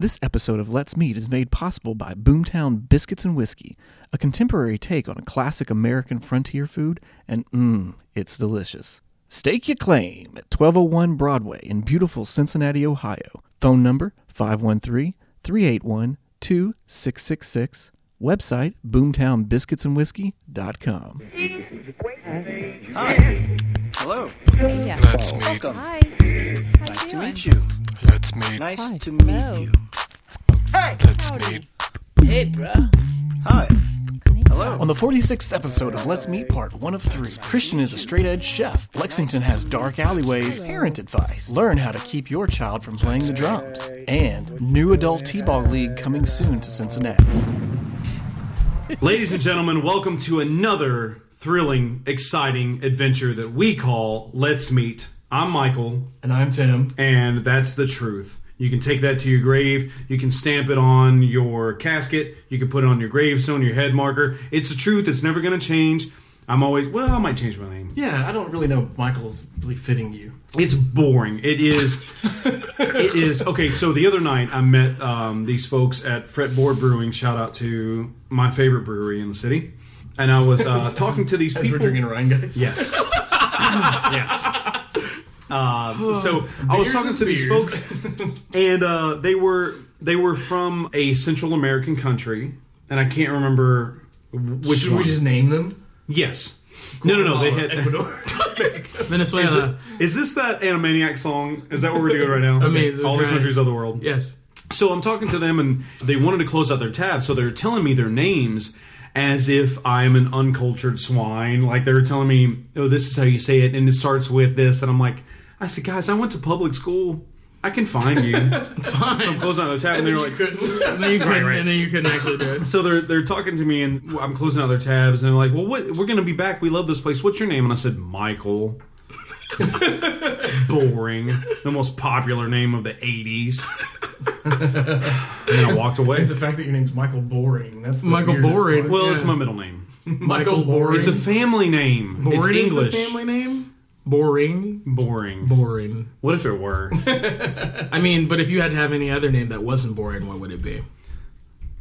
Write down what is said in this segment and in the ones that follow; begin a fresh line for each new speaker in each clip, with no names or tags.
This episode of Let's Meet is made possible by Boomtown Biscuits and Whiskey, a contemporary take on a classic American frontier food, and mmm, it's delicious. Stake your claim at 1201 Broadway in beautiful Cincinnati, Ohio. Phone number 513 381 2666. Website boomtownbiscuitsandwhiskey.com.
Hello.
Let's meet.
Welcome.
Hi.
Nice to
doing?
meet you.
Let's meet.
Nice
Hi.
to meet
Hello.
you.
Let's meet.
Hi. Hello.
On the 46th episode of Let's Meet Part 1 of 3, Christian is a straight edge chef. Lexington has dark alleyways, parent advice, learn how to keep your child from playing the drums, and new adult T ball league coming soon to Cincinnati.
Ladies and gentlemen, welcome to another thrilling, exciting adventure that we call Let's Meet. I'm Michael,
And I'm Tim.
and that's the truth. You can take that to your grave, you can stamp it on your casket, you can put it on your gravestone, your head marker. It's the truth, it's never going to change. I'm always, well, I might change my name.
Yeah, I don't really know Michael's really fitting you.
It's boring. It is. it is okay. So the other night I met um, these folks at Fretboard Brewing. Shout out to my favorite brewery in the city. And I was uh, talking to these people.
Ryan, guys.
Yes. yes. Um, so I was talking to these folks, and uh, they were they were from a Central American country, and I can't remember which one.
name them?
yes. No, no, no. They had.
Ecuador.
Is, it-
Venezuela.
is this that Animaniac song? Is that what we're doing right now? I
mean,
all the
right.
countries of the world.
Yes.
So I'm talking to them, and they wanted to close out their tab, so they're telling me their names as if I'm an uncultured swine. Like they were telling me, "Oh, this is how you say it," and it starts with this, and I'm like, "I said, guys, I went to public school. I can find you." it's fine. So I'm closing out their tab, and, they're like,
And then you couldn't, and then you couldn't actually do it.
so they're they're talking to me, and I'm closing out their tabs, and they're like, "Well, what? We're gonna be back. We love this place. What's your name?" And I said, "Michael." Boring. The most popular name of the '80s. and I walked away.
The fact that your name's Michael Boring. That's the
Michael
weirdest
Boring.
one.
Well, it's
Yeah.
my middle name.
Michael Boring.
It's a family name. it's
Boring is the
English.
family name. Boring.
Boring.
Boring.
What if it were?
I mean, but if you had to have any other name that wasn't boring, what would it be?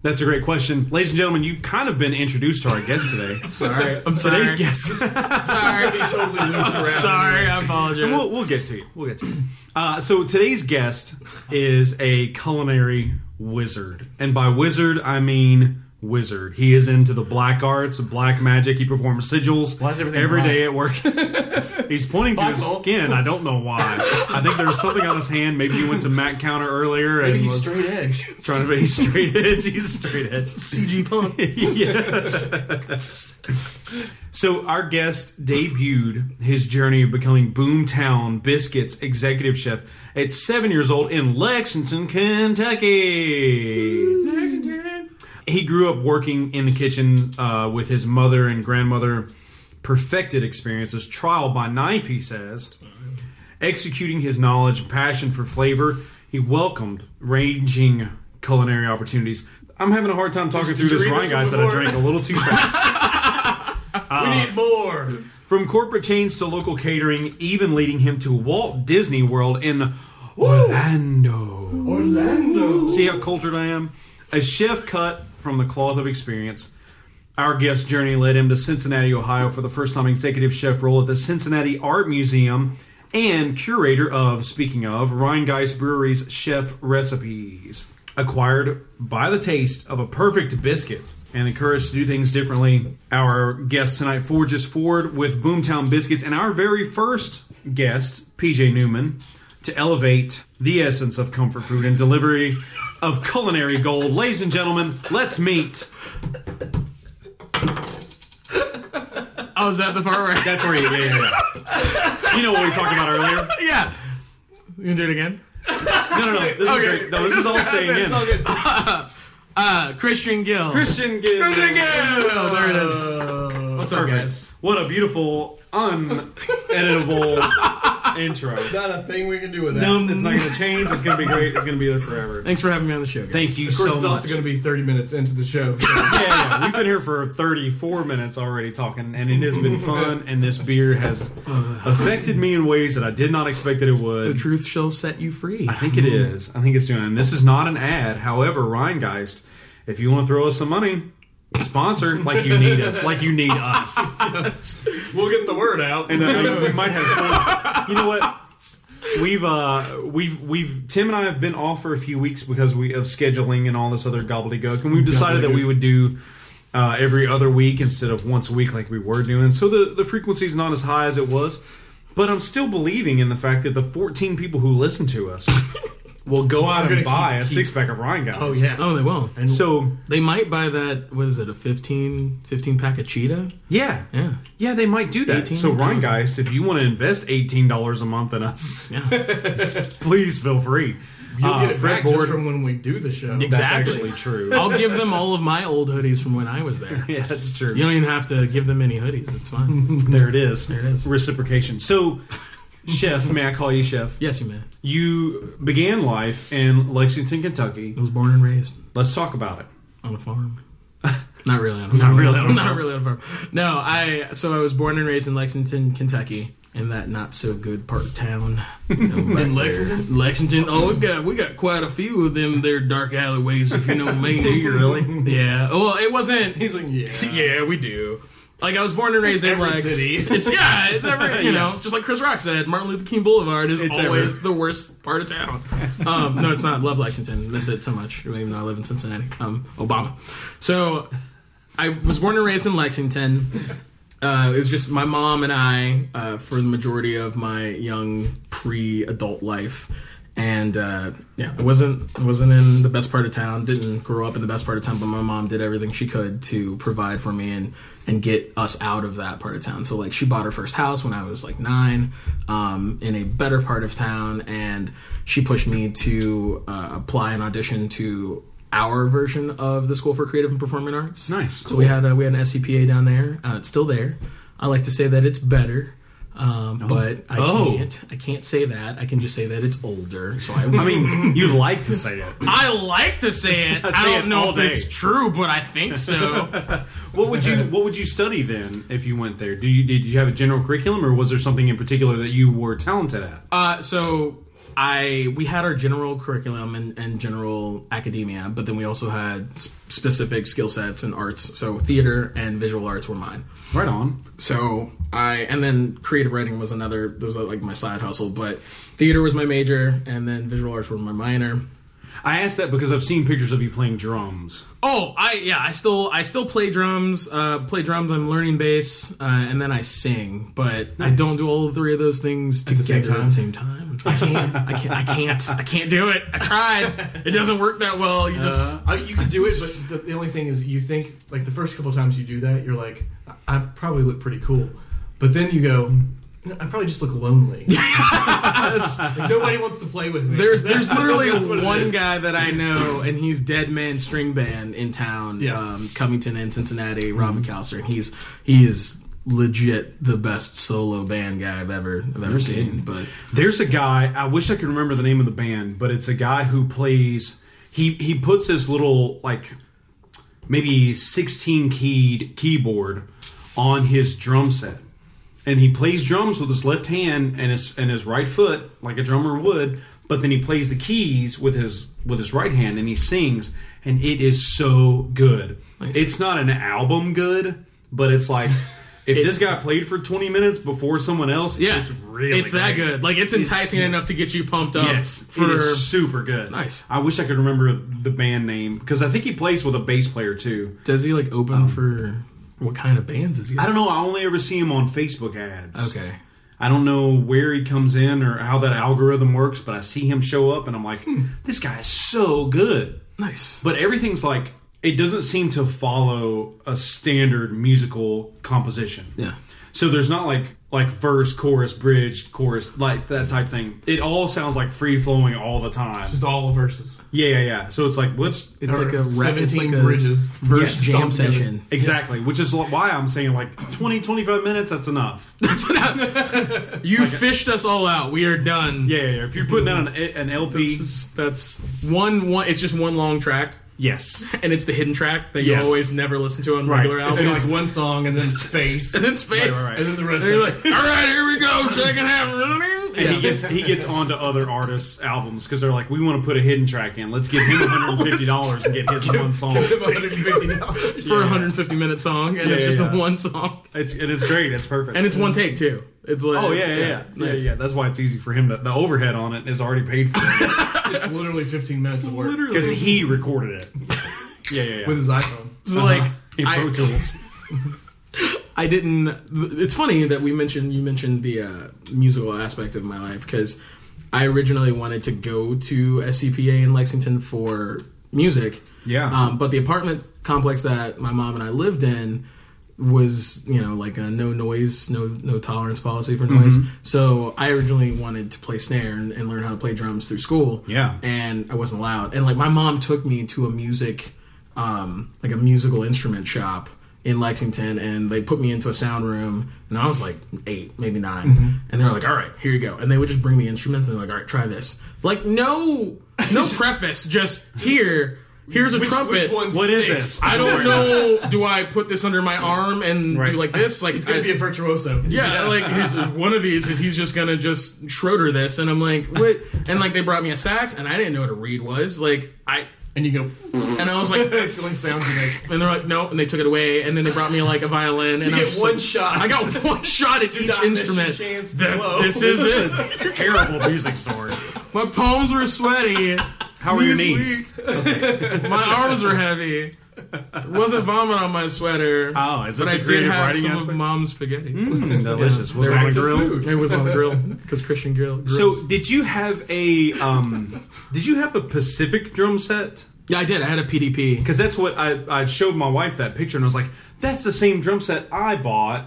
That's a great question, ladies and gentlemen. You've kind of been introduced to our guest today.
Sorry. I'm sorry.
Today's guest.
Sorry.
Totally looped around.
sorry. I apologize.
we'll, we'll get to you. We'll get to you. Uh, so today's guest is a culinary wizard, and by wizard I mean wizard. He is into the black arts, black magic. He performs sigils
Why is everything
every
black?
day at work. He's pointing to his
Michael.
skin. I don't know why. I think there's something on his hand. Maybe you went to Matt Counter earlier and
Maybe he's
was
straight edge.
trying to be straight edge. He's straight edge.
CG Punk.
yes. So our guest debuted his journey of becoming Boomtown Biscuits executive chef at seven years old in Lexington, Kentucky. Lexington. He grew up working in the kitchen uh, with his mother and grandmother. Perfected experiences, trial by knife, he says. Executing his knowledge and passion for flavor, he welcomed ranging culinary opportunities. I'm having a hard time talking through
did you
this
read
Ryan
this
guy
one
said I
before?
drank a little too fast.
We need
Oh.
more.
From corporate chains to local catering, even leading him to Walt Disney World in Orlando.
Orlando.
See how cultured I am? A chef cut from the cloth of experience. Our guest journey led him to Cincinnati, Ohio for the first time executive chef role at the Cincinnati Art Museum and curator of, speaking of, Rheingeist Brewery's chef recipes. Acquired by the taste of a perfect biscuit and encouraged to do things differently. Our guest tonight forges forward with Boomtown Biscuits and our very first guest, PJ Newman, to elevate the essence of comfort food and delivery of culinary gold. Ladies and gentlemen, let's meet
Oh, is that the part where?
That's where you yeah, yeah, yeah. You know what we talked about earlier?
yeah. You gonna do it again?
No, no, no. This is great. No, this is all staying in.
Uh, Christian Gill.
Christian Gill.
Oh, there it is. What's up,
Perfect.
guys?
What a beautiful, uneditable intro.
Not a thing we can do with that.
No, it's not going to change. It's going to be great. It's going to be there forever.
Thanks for having me on the show. guys.
Thank you
Of course,
so
it's
much.
also going to be 30 minutes into the show. so-
yeah, yeah, we've been here for 34 minutes already talking, and it has been fun. And this beer has affected me in ways that I did not expect that Uh. it
The
would.
truth shall set you free.
I think it is. I think it's doing. And this is not an ad. However, Rheingeist, if you want to throw us some money, sponsor like you need us, like you need us.
we'll get the word out.
And uh, we might have. Fun. You know what? We've uh, we've we've Tim and I have been off for a few weeks because we of scheduling and all this other gobbledygook, and we've decided that we would do uh, every other week instead of once a week like we were doing. So the the frequency's not as high as it was, but I'm still believing in the fact that the 14 people who listen to us will go out and
gonna
buy
keep-
a six pack of Rhine guys.
oh, yeah.
Oh, they won't. And
So
they might buy that. What is it? A 15, 15 pack of cheetah?
yeah,
Yeah.
yeah, they might do that.
18?
So Rheingeist, if you want to invest eighteen dollars a month in us, please feel free.
You'll
Uh,
get it back
fretboard-
just from when we do the show.
Exactly.
That's actually true.
I'll give them all of my old hoodies from when I was there.
Oh, yeah, that's true.
You don't even have to give them any hoodies. It's fine.
there it is. There
it is.
Reciprocation. So, Chef, may I call you Chef?
yes, you may.
You began life in Lexington, Kentucky.
I was born and raised
Let's talk about it.
on a farm. Not really on a farm.
really on a
Not
farm.
really on a farm. No, I. So I was born and raised in Lexington, Kentucky, in that not so good part of town.
In Lexington?
Lexington. Oh, we got we got quite a few of them there dark alleyways, if you know me. Do you really? Yeah. Well, it wasn't.
He's like, yeah.
Yeah, we do. Like I was born and raised in
every
Lex.
city.
It's yeah, it's every you know,
Yes.
just like Chris Rock said, Martin Luther King Boulevard is
It's
always
every-
the worst part of town. Um, no, it's not. Love Lexington. Miss it so much. Even though I live in Cincinnati, um, Obama. So I was born and raised in Lexington. Uh, it was just my mom and I uh, for the majority of my young pre-adult life, and uh, yeah, I wasn't I wasn't in the best part of town. Didn't grow up in the best part of town, but my mom did everything she could to provide for me and and get us out of that part of town. So like she bought her first house when I was like nine, um, in a better part of town, and she pushed me to uh, apply and audition to our version of the School for Creative and Performing Arts.
Nice.
So we had uh, we had an SCPA down there. Uh, it's still there. I like to say that it's better, um, but I
Oh.
can't. I can't say that. I can just say that it's older. So I,
I mean, you like to say it.
I like to say it. I,
say
don't
it
know
all
if
day.
it's true, but I think so.
What would you What would you study then if you went there? Do you did you have a general curriculum, or was there something in particular that you were talented at?
Uh, so I we had our general curriculum and, and general academia, but then we also had s- specific skill sets and arts. So theater and visual arts were mine.
Right on.
So I and then creative writing was another. Those are like my side hustle, but theater was my major, and then visual arts were my minor.
I asked that because I've seen pictures of you playing drums.
Oh, I yeah, I still I still play drums. Uh, play drums. I'm learning bass, uh, and then I sing. But I
Nice.
don't do all three of those things
same
together at the same time. I can't. I can't. I can't. I can't do it. I tried. It doesn't work that well. You just
Uh, you could do it, but the, the only thing is, you think like the first couple times you do that, you're like, I, I probably look pretty cool, but then you go, I probably just look lonely. Like, nobody wants to play with me.
There's there's
That's what
literally
it
one
is.
guy that I know, and he's Dead Man String Band in town,
Yeah.
um, Covington and Cincinnati, Rob McAllister, and he's he is legit the best solo band guy I've ever I've ever seen. But
There's a guy. I wish I could remember the name of the band, but it's a guy who plays. He he puts his little like maybe 16 keyed keyboard on his drum set, and he plays drums with his left hand and his and his right foot like a drummer would. But then he plays the keys with his with his right hand, and he sings, and it is so good. It's not an album good, but it's like. If this guy played for 20 minutes before someone else,
yeah,
it's really
it's
great.
that good. Like it's enticing enough to get you pumped up.
Yes, it
for
is super good.
Nice.
I wish I could remember the band name because I think he plays with a bass player too.
does he like open for what kind of bands is he?
I don't know. I only ever see him on Facebook ads.
okay.
I don't know where he comes in or how that algorithm works, but I see him show up and I'm like,
Hmm.
this guy is so good.
Nice.
But everything's like it doesn't seem to follow a standard musical composition.
Yeah.
So there's not like like verse, chorus, bridge, chorus, like that type thing. It all sounds like free flowing all the time.
Just all the verses.
Yeah, yeah, yeah. So it's like what's
It's
There
like
are
a rap, it's like
17
a
bridges.
verse
Yes,
jam
stumped together.
session.
exactly, which is why I'm saying like 20, 25 minutes. That's enough.
You fished us all out. We are done.
Yeah, yeah. yeah. If you're putting out an, an LP,
This is- that's one one. It's just one long track,
yes,
and it's the hidden track that you
Yes.
always never listen to on
Right.
regular
It's
It's
albums.
like one song and then space.
and then space,
Right, right, right.
And then the rest
and you're
of
like, all right, here we go, second half.
And he gets he gets onto other artists' albums because they're like, we want to put a hidden track in. Let's give him 150 dollars and get his one song.
$150.
for a 150 minute song, and
Yeah,
it's
yeah,
just
yeah.
a one song,
It's and it's great. It's perfect.
and it's one take too. It's like,
oh yeah yeah yeah yeah,
nice.
yeah. That's why it's easy for him. To, the overhead on it is already paid for
It's literally 15 minutes of work
Literally,
because he recorded it. Yeah yeah yeah.
with his iPhone.
So, like
in Pro
I-
Tools.
I didn't. It's funny that we mentioned you mentioned the uh, musical aspect of my life because I originally wanted to go to SCPA in Lexington for music.
Yeah.
Um, but the apartment complex that my mom and I lived in was, you know, like a no noise, no no tolerance policy for noise. So I originally wanted to play snare and, and learn how to play drums through school.
Yeah.
And I wasn't allowed. And like my mom took me to a music, um, like a musical instrument shop in Lexington, and they put me into a sound room, and I was like eight, maybe 9 and they're like, "All right, here you go," and they would just bring me instruments, and they're like, "All right, try this." Like, no, no preface, just, here, here's a trumpet.
Which one
What is
sticks?
this?
I don't know. Do I put this under my arm and
Right.
do like this? Like
He's going
I-
to be a virtuoso.
yeah, like his, one of these is he's just gonna just Schroeder this, and I'm like, what? And like they brought me a sax, and I didn't know what a reed was. Like I,
And you go,
and I was like,
that's the only sound you make.
and they're like, no, and they took it away, and then they brought me like a violin, and I
You
was
get
just
one
like,
shot.
I got one shot at each
not miss your
instrument.
chance to
That's,
blow.
this is it.
It's a terrible music story.
My palms were sweaty.
How are your knees?
My arms were heavy. It wasn't vomit on my sweater.
Oh, is this
but I
a
did
creative
have
writing
some
aspect?
of mom's spaghetti.
Mm, delicious. Was it
Back
on a
to
grill?
It was on the grill because Christian grill. grills.
So did you have a um, did you have a Pacific drum set?
yeah, I did. I had a PDP.
Because that's what I, I showed my wife that picture, and I was like, "That's the same drum set I bought,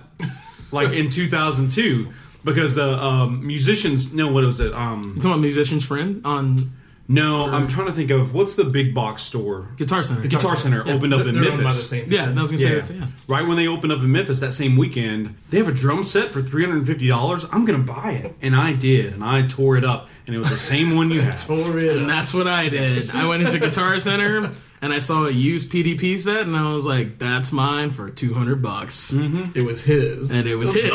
like in 2002." Because the um, musicians, no, what was it? Um,
It's my musician's friend on
no, I'm trying to think of what's the big box store?
Guitar Center.
Guitar Center
Yeah.
opened up in
They're owned by the
Memphis.
same.
Yeah, and I was gonna say
Yeah.
that's yeah.
right when they opened up in Memphis that same weekend, they have a drum set for three hundred and fifty dollars. I'm gonna buy it, and I did, and I tore it up, and it was the same one you had.
Pour it
And
up.
that's what I did. I went into Guitar Center and I saw a used PDP set, and I was like, "That's mine for two hundred bucks."
It was his.
And it was his.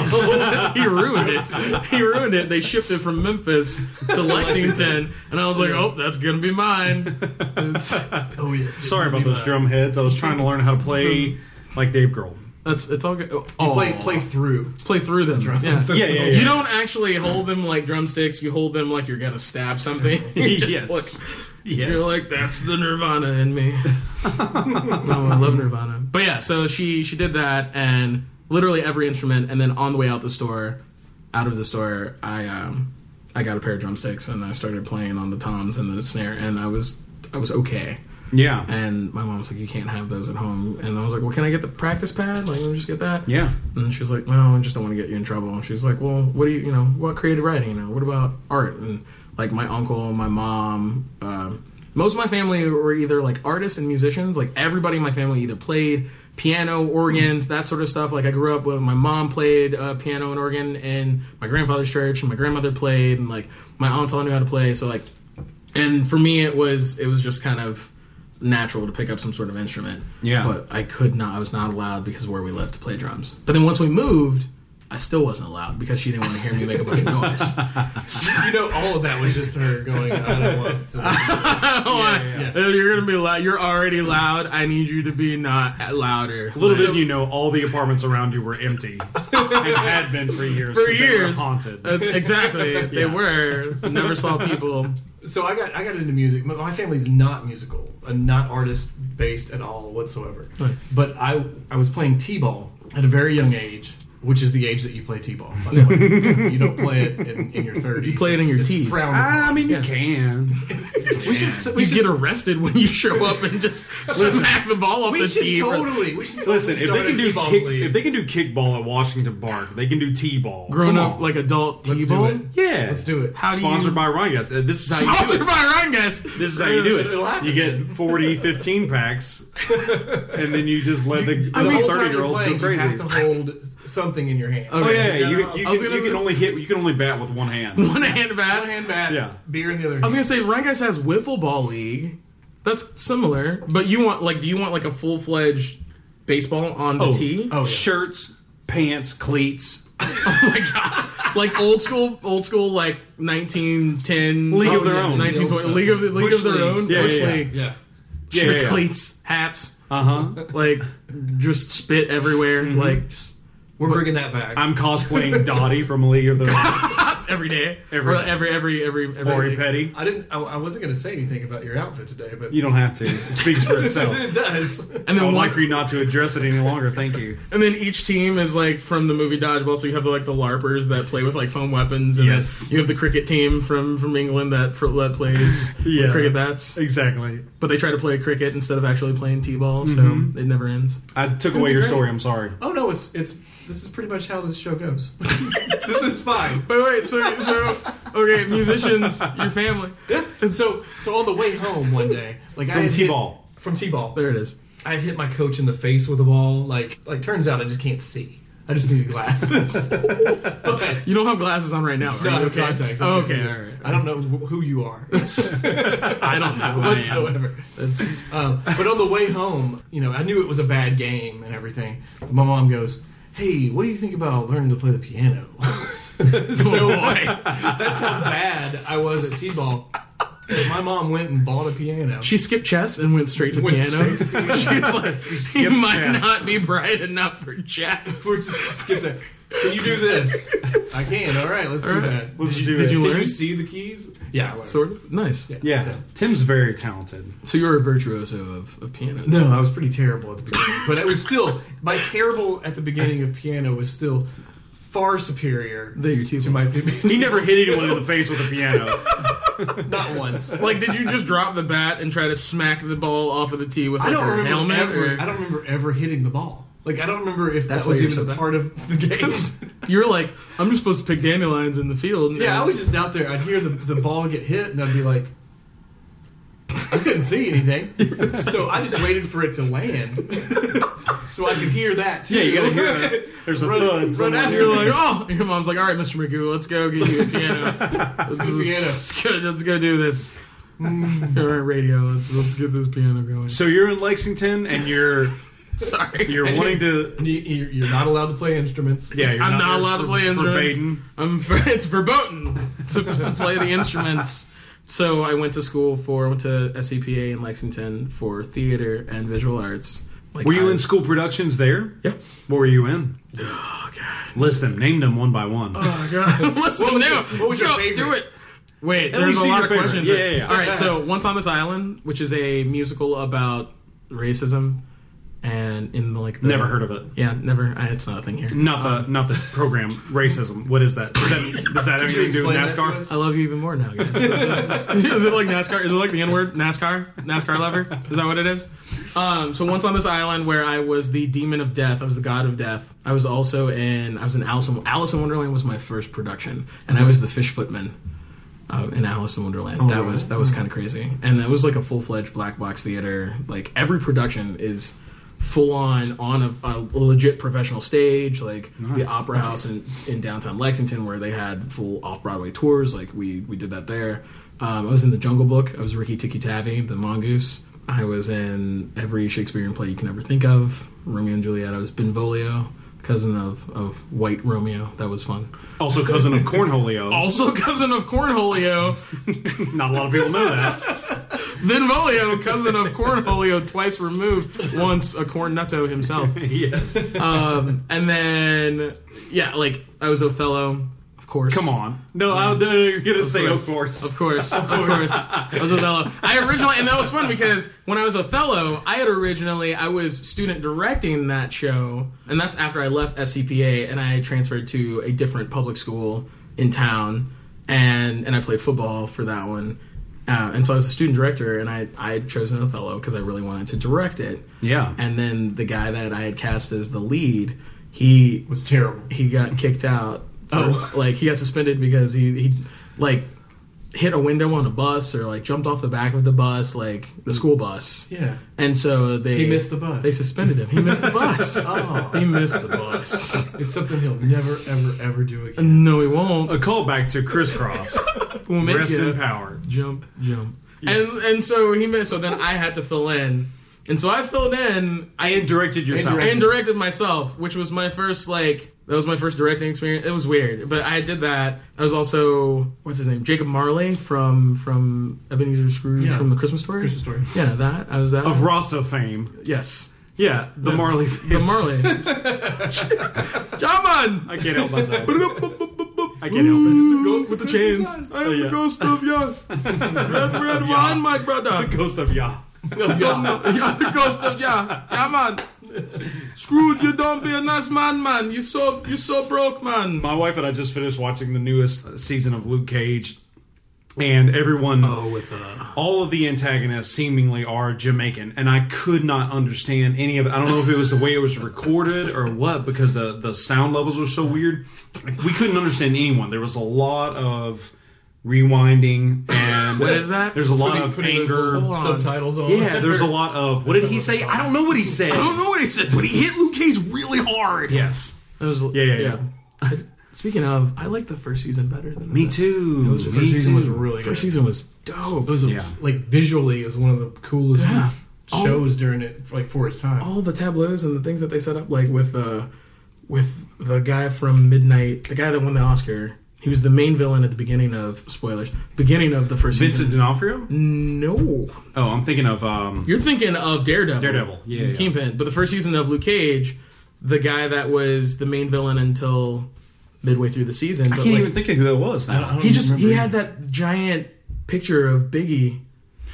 he ruined it. He ruined it. They shipped it from Memphis to Lexington, and I was like, "Oh, that's gonna be mine." It's,
oh, yes.
Sorry about those drum heads. I was trying to learn how to play like Dave Grohl.
that's it's all good. Oh,
Play, play through.
play through them. Yeah.
Yeah, yeah, yeah.
You don't actually hold them like drumsticks. You hold them like you're gonna stab something. You just
Yes.
look.
Yes.
You're like that's the Nirvana in me. no, I love Nirvana. But yeah, so she she did that and literally every instrument. And then on the way out the store, out of the store, I um I got a pair of drumsticks and I started playing on the toms and the snare and I was I was okay.
yeah.
And my mom was like, "You can't have those at home." And I was like, "Well, can I get the practice pad? Like, let me just get that."
Yeah.
And she was like, "No, I just don't want to get you in trouble." And she was like, "Well, what do you, you know, what creative writing? You know, what about art?" And like my uncle, my mom, um, most of my family were either like artists and musicians. Like everybody in my family either played piano, organs, that sort of stuff. Like I grew up with my mom played uh, piano and organ in my grandfather's church, and my grandmother played, and like my aunts all knew how to play. So like, and for me, it was it was just kind of natural to pick up some sort of instrument.
Yeah.
But I could not. I was not allowed because of where we lived to play drums. But then once we moved, I still wasn't allowed because she didn't want to hear me make a bunch of noise.
You know, all of that was just her going, I don't want to.
You're gonna be loud. You're already loud. I need you to be not louder.
Little bit you know, all the apartments around you were empty and had been for years.
For
'cause they were
years.
haunted.
That's exactly. They
Yeah.
were. Never saw people.
So I got I got into music. My, my family's not musical and not artist based at all whatsoever.
Right.
But I I was playing t-ball at a very young age. which is the age that you play t-ball. By the way. you don't play it in, in your thirties.
play it in your
It's
tees.
frowned upon.
I mean, you
Yeah.
can.
we should.
You get arrested when you show up and just smack the ball off
We
the
should
tee.
totally. We should totally
Listen, if they
start
can
a
do
t-ball
kick,
league.
if they can do kickball at Washington Park, they can do t-ball.
Grown
Come
up
on.
like adult
Let's
t
do
ball.
it.
yeah,
Let's do it.
How do
Sponsored
you,
by Ryan. Guth. Uh, This is how you do it.
sponsored by Ryan Guys.
This is how you do
It'll
it.
happen.
You get 40, 15 packs, and then you just let the,
I mean,
thirty year olds go
You have
crazy.
to hold something in your hand.
Oh yeah, you,
I
you,
was
can,
gonna-
you can only hit. You can only bat with one hand.
One hand bat.
One hand bat,
Yeah.
beer in the other.
I was
hand.
gonna say Ryan Guys has wiffle ball league. That's similar, but you want like do you want like a full fledged baseball on the
Oh.
tee?
Oh, yeah.
Shirts, pants, cleats,
Oh my god! Like old school, old school, like nineteen ten,
League of Their Own.
1920, league of the league
Bush
of their own,
leagues.
Yeah,
Bush
yeah, yeah.
league,
yeah.
Yeah,
shirts,
yeah, yeah.
cleats, hats,
Uh huh.
like just spit everywhere, like just
We're bringing that back.
I'm cosplaying Dottie from League of the
every day,
Every
Or
day.
every every every every.
Lori
league.
Petty.
I didn't. I, I wasn't gonna say anything about your outfit today, but
You don't have to. It speaks for itself.
it does.
And
I
then
would
one,
like for you not to address it any longer. Thank you.
and then each team is like from the movie Dodgeball. So you have the, like the larpers that play with like foam weapons, and then
Yes.
you have the cricket team from from England that for, that plays
Yeah.
with cricket bats,
Exactly.
but they try to play cricket instead of actually playing t-ball, so it never ends.
I took away your
great.
story. I'm sorry.
Oh no, it's it's. This is pretty much how this show goes. this is fine.
Wait, wait, so, so okay, musicians, your family.
And so so on the way home one day, like I
From
had hit-
T-ball.
from t-ball,
There it is.
I had hit my coach in the face with a ball. Like like turns out I just can't see. I just need glasses. But-
You don't have glasses on right now, are
No,
you?
okay. Contacts.
Oh, okay, all right.
I don't know wh- who you are
I don't know who I am.
whatsoever.
That's-
Um, but on the way home, you know, I knew it was a bad game and everything. But my mom goes, "Hey, what do you think about learning to play the piano?" so
Oh,
that's how bad I was at t-ball. My mom went and bought a piano.
She skipped chess and went straight to
Went
piano.
straight to
she was like, "You
skipped
might
chess."
not be bright enough for chess."
We're just skip that. Can you do this? I can. All right, let's do
right.
that.
Let's do
Did
it.
you
Did
learn?
you see the keys? Yeah, I learned.
Sort of. Nice.
Yeah,
so-
Tim's very talented.
So you're a virtuoso of, of piano.
No, I was pretty terrible at the beginning, but it was still my terrible at the beginning of piano was still far superior
There you're too.
to my
He never hit anyone in the face with a piano.
not once.
like, did you just drop the bat and try to smack the ball off of the tee with like,
I don't
her
remember
helmet?
ever.
or-
I don't remember ever hitting the ball. Like I don't remember if
That's
that was
why you're
even
so
a
bad.
part of the game.
You're like, I'm just supposed to pick dandelions in the field. and-
yeah, I was just out there. I'd hear the, the ball get hit, and I'd be like, I couldn't see anything, so I just waited for it to land, so I could hear that too.
Yeah, you gotta hear it. There's a
Run-
thud.
run
somewhere.
after
You're like, oh, your mom's like, all right, Mr. McGoo, let's go get you a piano. Let's,
do piano. Mm.
Let's go, let's go do this. all right, radio, let's let's get this piano going.
So you're in Lexington and you're
Sorry,
you're wanting to.
You- You're you're not allowed to play instruments.
Yeah, you're
I'm not,
you're
allowed to
for-
play instruments.
forbidden.
I'm it's verboten to, to play the instruments. So I went to school for went to SCPA in Lexington for theater and visual arts. Like
Were you
I-
in school productions there?
Yeah.
What were you in? Oh god. List them. Name them one by one.
Oh god! Listen,
What was
no,
your- what was your
no,
favorite?
Do it. Wait,
At
there's
least
a
do
lot
your
of
favorite.
questions.
Yeah, yeah, yeah.
All right, so once on this island, which is a musical about racism, and in the, like the,
Never heard of it.
Yeah, never. I, it's not a thing here.
Not the not the program. Racism. What is that? Does that, does that have anything to do with
Explain that to
NASCAR?
us.
I love you even more now, guys. is it like NASCAR? Is it like the N word? NASCAR? NASCAR lover? Is that what it is? Um, so once on this island where I was the demon of death, I was the god of death. I was also in. I was in Alice in, Alice in Wonderland was my first production, and I was the fish footman. Uh, in Alice in Wonderland, that
really?
was that was kind of crazy, and that was like a full fledged black box theater. Like every production is full on on a, a legit professional stage, like the Opera House in, in downtown Lexington, where they had full off Broadway tours. Like we we did that there. Um, I was in the Jungle Book. I was Ricky Tikki Tavi, the mongoose. I was in every Shakespearean play you can ever think of. Romeo and Juliet. I was Benvolio, cousin of of white Romeo. That was fun.
Also cousin of Cornholio.
Also cousin of Cornholio.
Not a lot of people know that.
Benvolio, cousin of Cornholio, twice removed, once a cornetto himself.
yes.
um, and then yeah, like I was Othello, Of course.
Come on. No, I no, no, you're gonna say of course.
Of course. Of course. I was Othello. I originally, and that was fun because when I was Othello, I had originally, I was student directing that show, and that's after I left SCPA and I transferred to a different public school in town, and, and I played football for that one. Uh, and so I was a student director, and I, I had chosen Othello because I really wanted to direct it.
Yeah.
And then the guy that I had cast as the lead, he
was terrible.
he got kicked out. oh, like he got suspended because he he like hit a window on a bus or like jumped off the back of the bus, like the school bus.
Yeah.
And so they
He missed the bus.
They suspended him. He missed the bus.
Oh.
He missed the bus.
It's something he'll never, ever, ever do again.
No, he won't.
A callback to crisscross.
We'll make
Rest
it.
in power.
jump, jump.
Yes.
And and so he missed. So then I had to fill in, and so I filled in. I
And directed yourself.
and directed myself, which was my first like that was my first directing experience. It was weird, but I did that. I was also what's his name, Jacob Marley from from Ebenezer Scrooge
Yeah.
from the Christmas Story.
Christmas Story.
Yeah, that I was that.
of Rasta fame.
yes,
Yeah, the
Yeah.
Marley fame.
the Marley. Jaman.
I can't help myself. I can't help
Ghost with the chains. I am
Oh, yeah.
the ghost of young. Red, red
Yeah.
wine, my brother.
it. Ghost of Yah.
of Yah. You're the ghost of Yah. Yeah, man. Scrooge, you don't be a nice man, man. You so you so broke, man.
My wife and I just finished watching the newest season of Luke Cage, and everyone,
with uh,
all of the antagonists seemingly are Jamaican, and I could not understand any of it. I don't know if it was the way it was recorded or what, because the the sound levels were so weird. Like, we couldn't understand anyone. There was a lot of rewinding and
What is that?
There's a lot
Putting-
of
putting
anger.
those subtitles on.
Yeah, there's a lot of what did he say? I don't know what he said.
I don't know what he said, but he hit Luke Cage really hard.
Yes.
That was,
Yeah, yeah, yeah.
Speaking of, I like the first season better than
Me
the second.
too.
was just-
Me
First season
too.
was really good.
First season was
It
dope.
was a,
Yeah.
like visually it was one of the coolest
Yeah.
shows during it, like for its time.
All the tableaus and the things that they set up, like with uh, with the guy from Midnight, the guy that won the Oscar. He was the main villain at the beginning of spoilers. Beginning of the first
Vincent
season.
D'Onofrio?
No,
Oh, I'm thinking of um.
You're thinking of Daredevil.
Daredevil, yeah,
The
yeah.
Kingpin. But the first season of Luke Cage, the guy that was the main villain until midway through the season.
I
but,
can't
like,
even think of who that was. Now.
He just he had that giant picture of Biggie.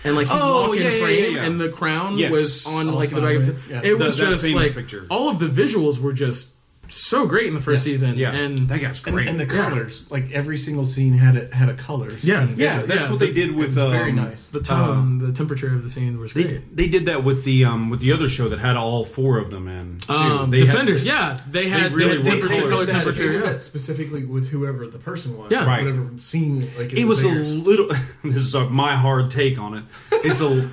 And like he
Oh,
walked
yeah,
in
yeah,
frame,
yeah, yeah.
and the crown
Yes.
was on
All
like the back of his.
sideways, yeah.
It
That-
was
that
just
famous
like
picture.
all of the visuals were just so great in the first season.
Yeah,
and
that guy's
and,
great.
and the colors, like every single scene had a had a colors.
Yeah.
And
yeah,
yeah,
that's
yeah,
what they
the-
did
it
with
was
um, uh,
very nice.
the tone, the temperature of the scene was
They,
great.
they did that with the um with the other show that had all four of them in. Too.
Um,
They had-
Defenders, yeah, they had
really were
they had temperature,
colors.
color,
They did that-
temperature.
They did
yeah.
that specifically with whoever the person was.
Yeah.
Right.
Whatever scene. Like
it was a
theirs.
little. This is a, my hard take on it. It's a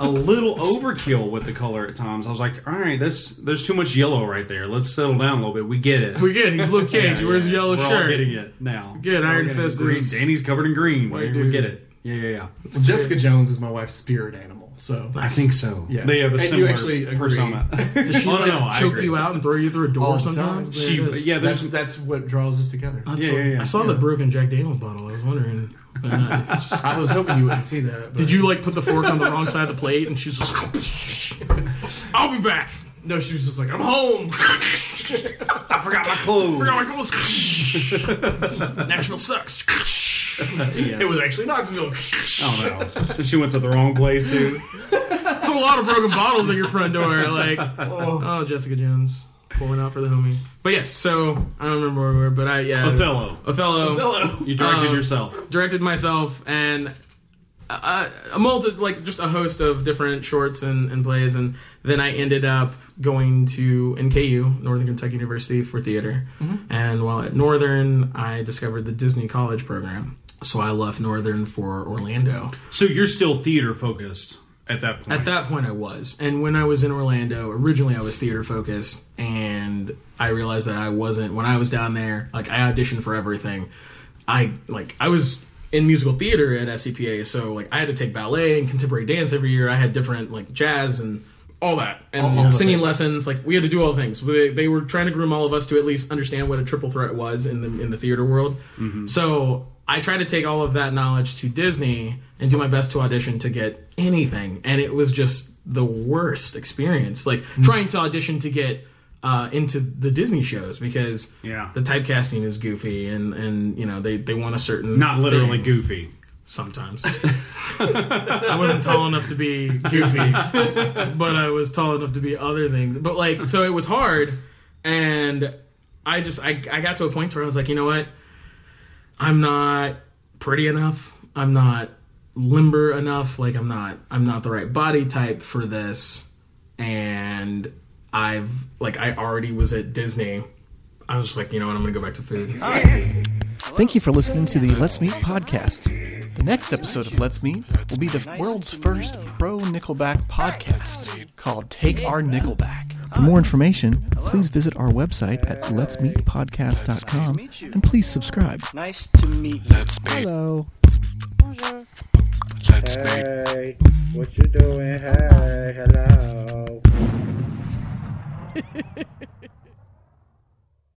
a little overkill with the color at times. I was like, all right, this there's too much yellow right there. Let's settle down a little bit. We get it.
We good. He's Luke Cage.
Yeah,
he wears
yeah,
a yellow
We're all
shirt.
getting it now.
Good. Iron
We're
Fist
green.
is
Danny's covered in green.
White
We
dude.
get it. Yeah, yeah, yeah.
Well, Jessica Jones is my wife's spirit animal. So
I think so.
Yeah.
They have a
And you
similar
actually agree.
persona.
Does she
Oh, no,
like,
no, I
choke
agree.
you out and throw you through a door
All the time.
sometimes? There
She,
it is.
yeah,
that's
there's
that's what draws us together.
That's
yeah,
what-
yeah, yeah.
I saw the broken Jack Daniels bottle. I was wondering. whether or not it's just-
I was hoping you wouldn't see that. but-
Did you like put the fork on the wrong side of the plate? And she's just, I'll be back.
No, she was just like, I'm
I'm
home.
home.
I forgot my clothes.
Forgot my clothes. Nashville sucks. It was actually Knoxville. It's
Oh no! she went to the wrong place too.
a lot of broken bottles at your front door. Like, oh, Jessica Jones pulling out for the homie. But yes, so I don't remember where we were, but I yeah,
Othello.
Othello.
You directed
Um,
yourself.
directed myself and a, a multi like just a host of different shorts and, and plays and then i ended up going to nku northern kentucky university for theater and while at northern i discovered the disney college program so i left northern for orlando
So you're still theater focused at that point.
at that point i was and when i was in orlando originally i was theater focused and i realized that i wasn't when i was down there like i auditioned for everything i like i was in musical theater at scpa so like i had to take ballet and contemporary dance every year i had different like jazz and all that and singing lessons like we had to do all the things they, they were trying to groom all of us to at least understand what a triple threat was in the in the theater world
Mm-hmm.
so i tried to take all of that knowledge to disney and do my best to audition to get
Mm-hmm.
anything and it was just the worst experience like trying to audition to get uh, into the Disney shows because
Yeah.
the typecasting is goofy and and you know they they want a certain
Not literally
thing
goofy.
sometimes. I wasn't tall enough to be goofy, but I was tall enough to be other things. But like, so it was hard, and I just I, I got to a point where I was like, you know what, I'm not pretty enough. I'm not limber enough. Like I'm not I'm not the right body type for this. And I've like I already was at Disney. I was just like, you know what, I'm gonna go back to food.
Thank you for listening to the Let's Meet podcast. The next episode of Let's Meet will be the world's first pro Nickelback podcast called Take Our Nickelback. For more information, please visit our website at letsmeetpodcast.com and please subscribe.
Nice to meet you.
Let's meet.
Hello.
Bonjour.
Let's meet.
Hey, what you doing? Hey, hello.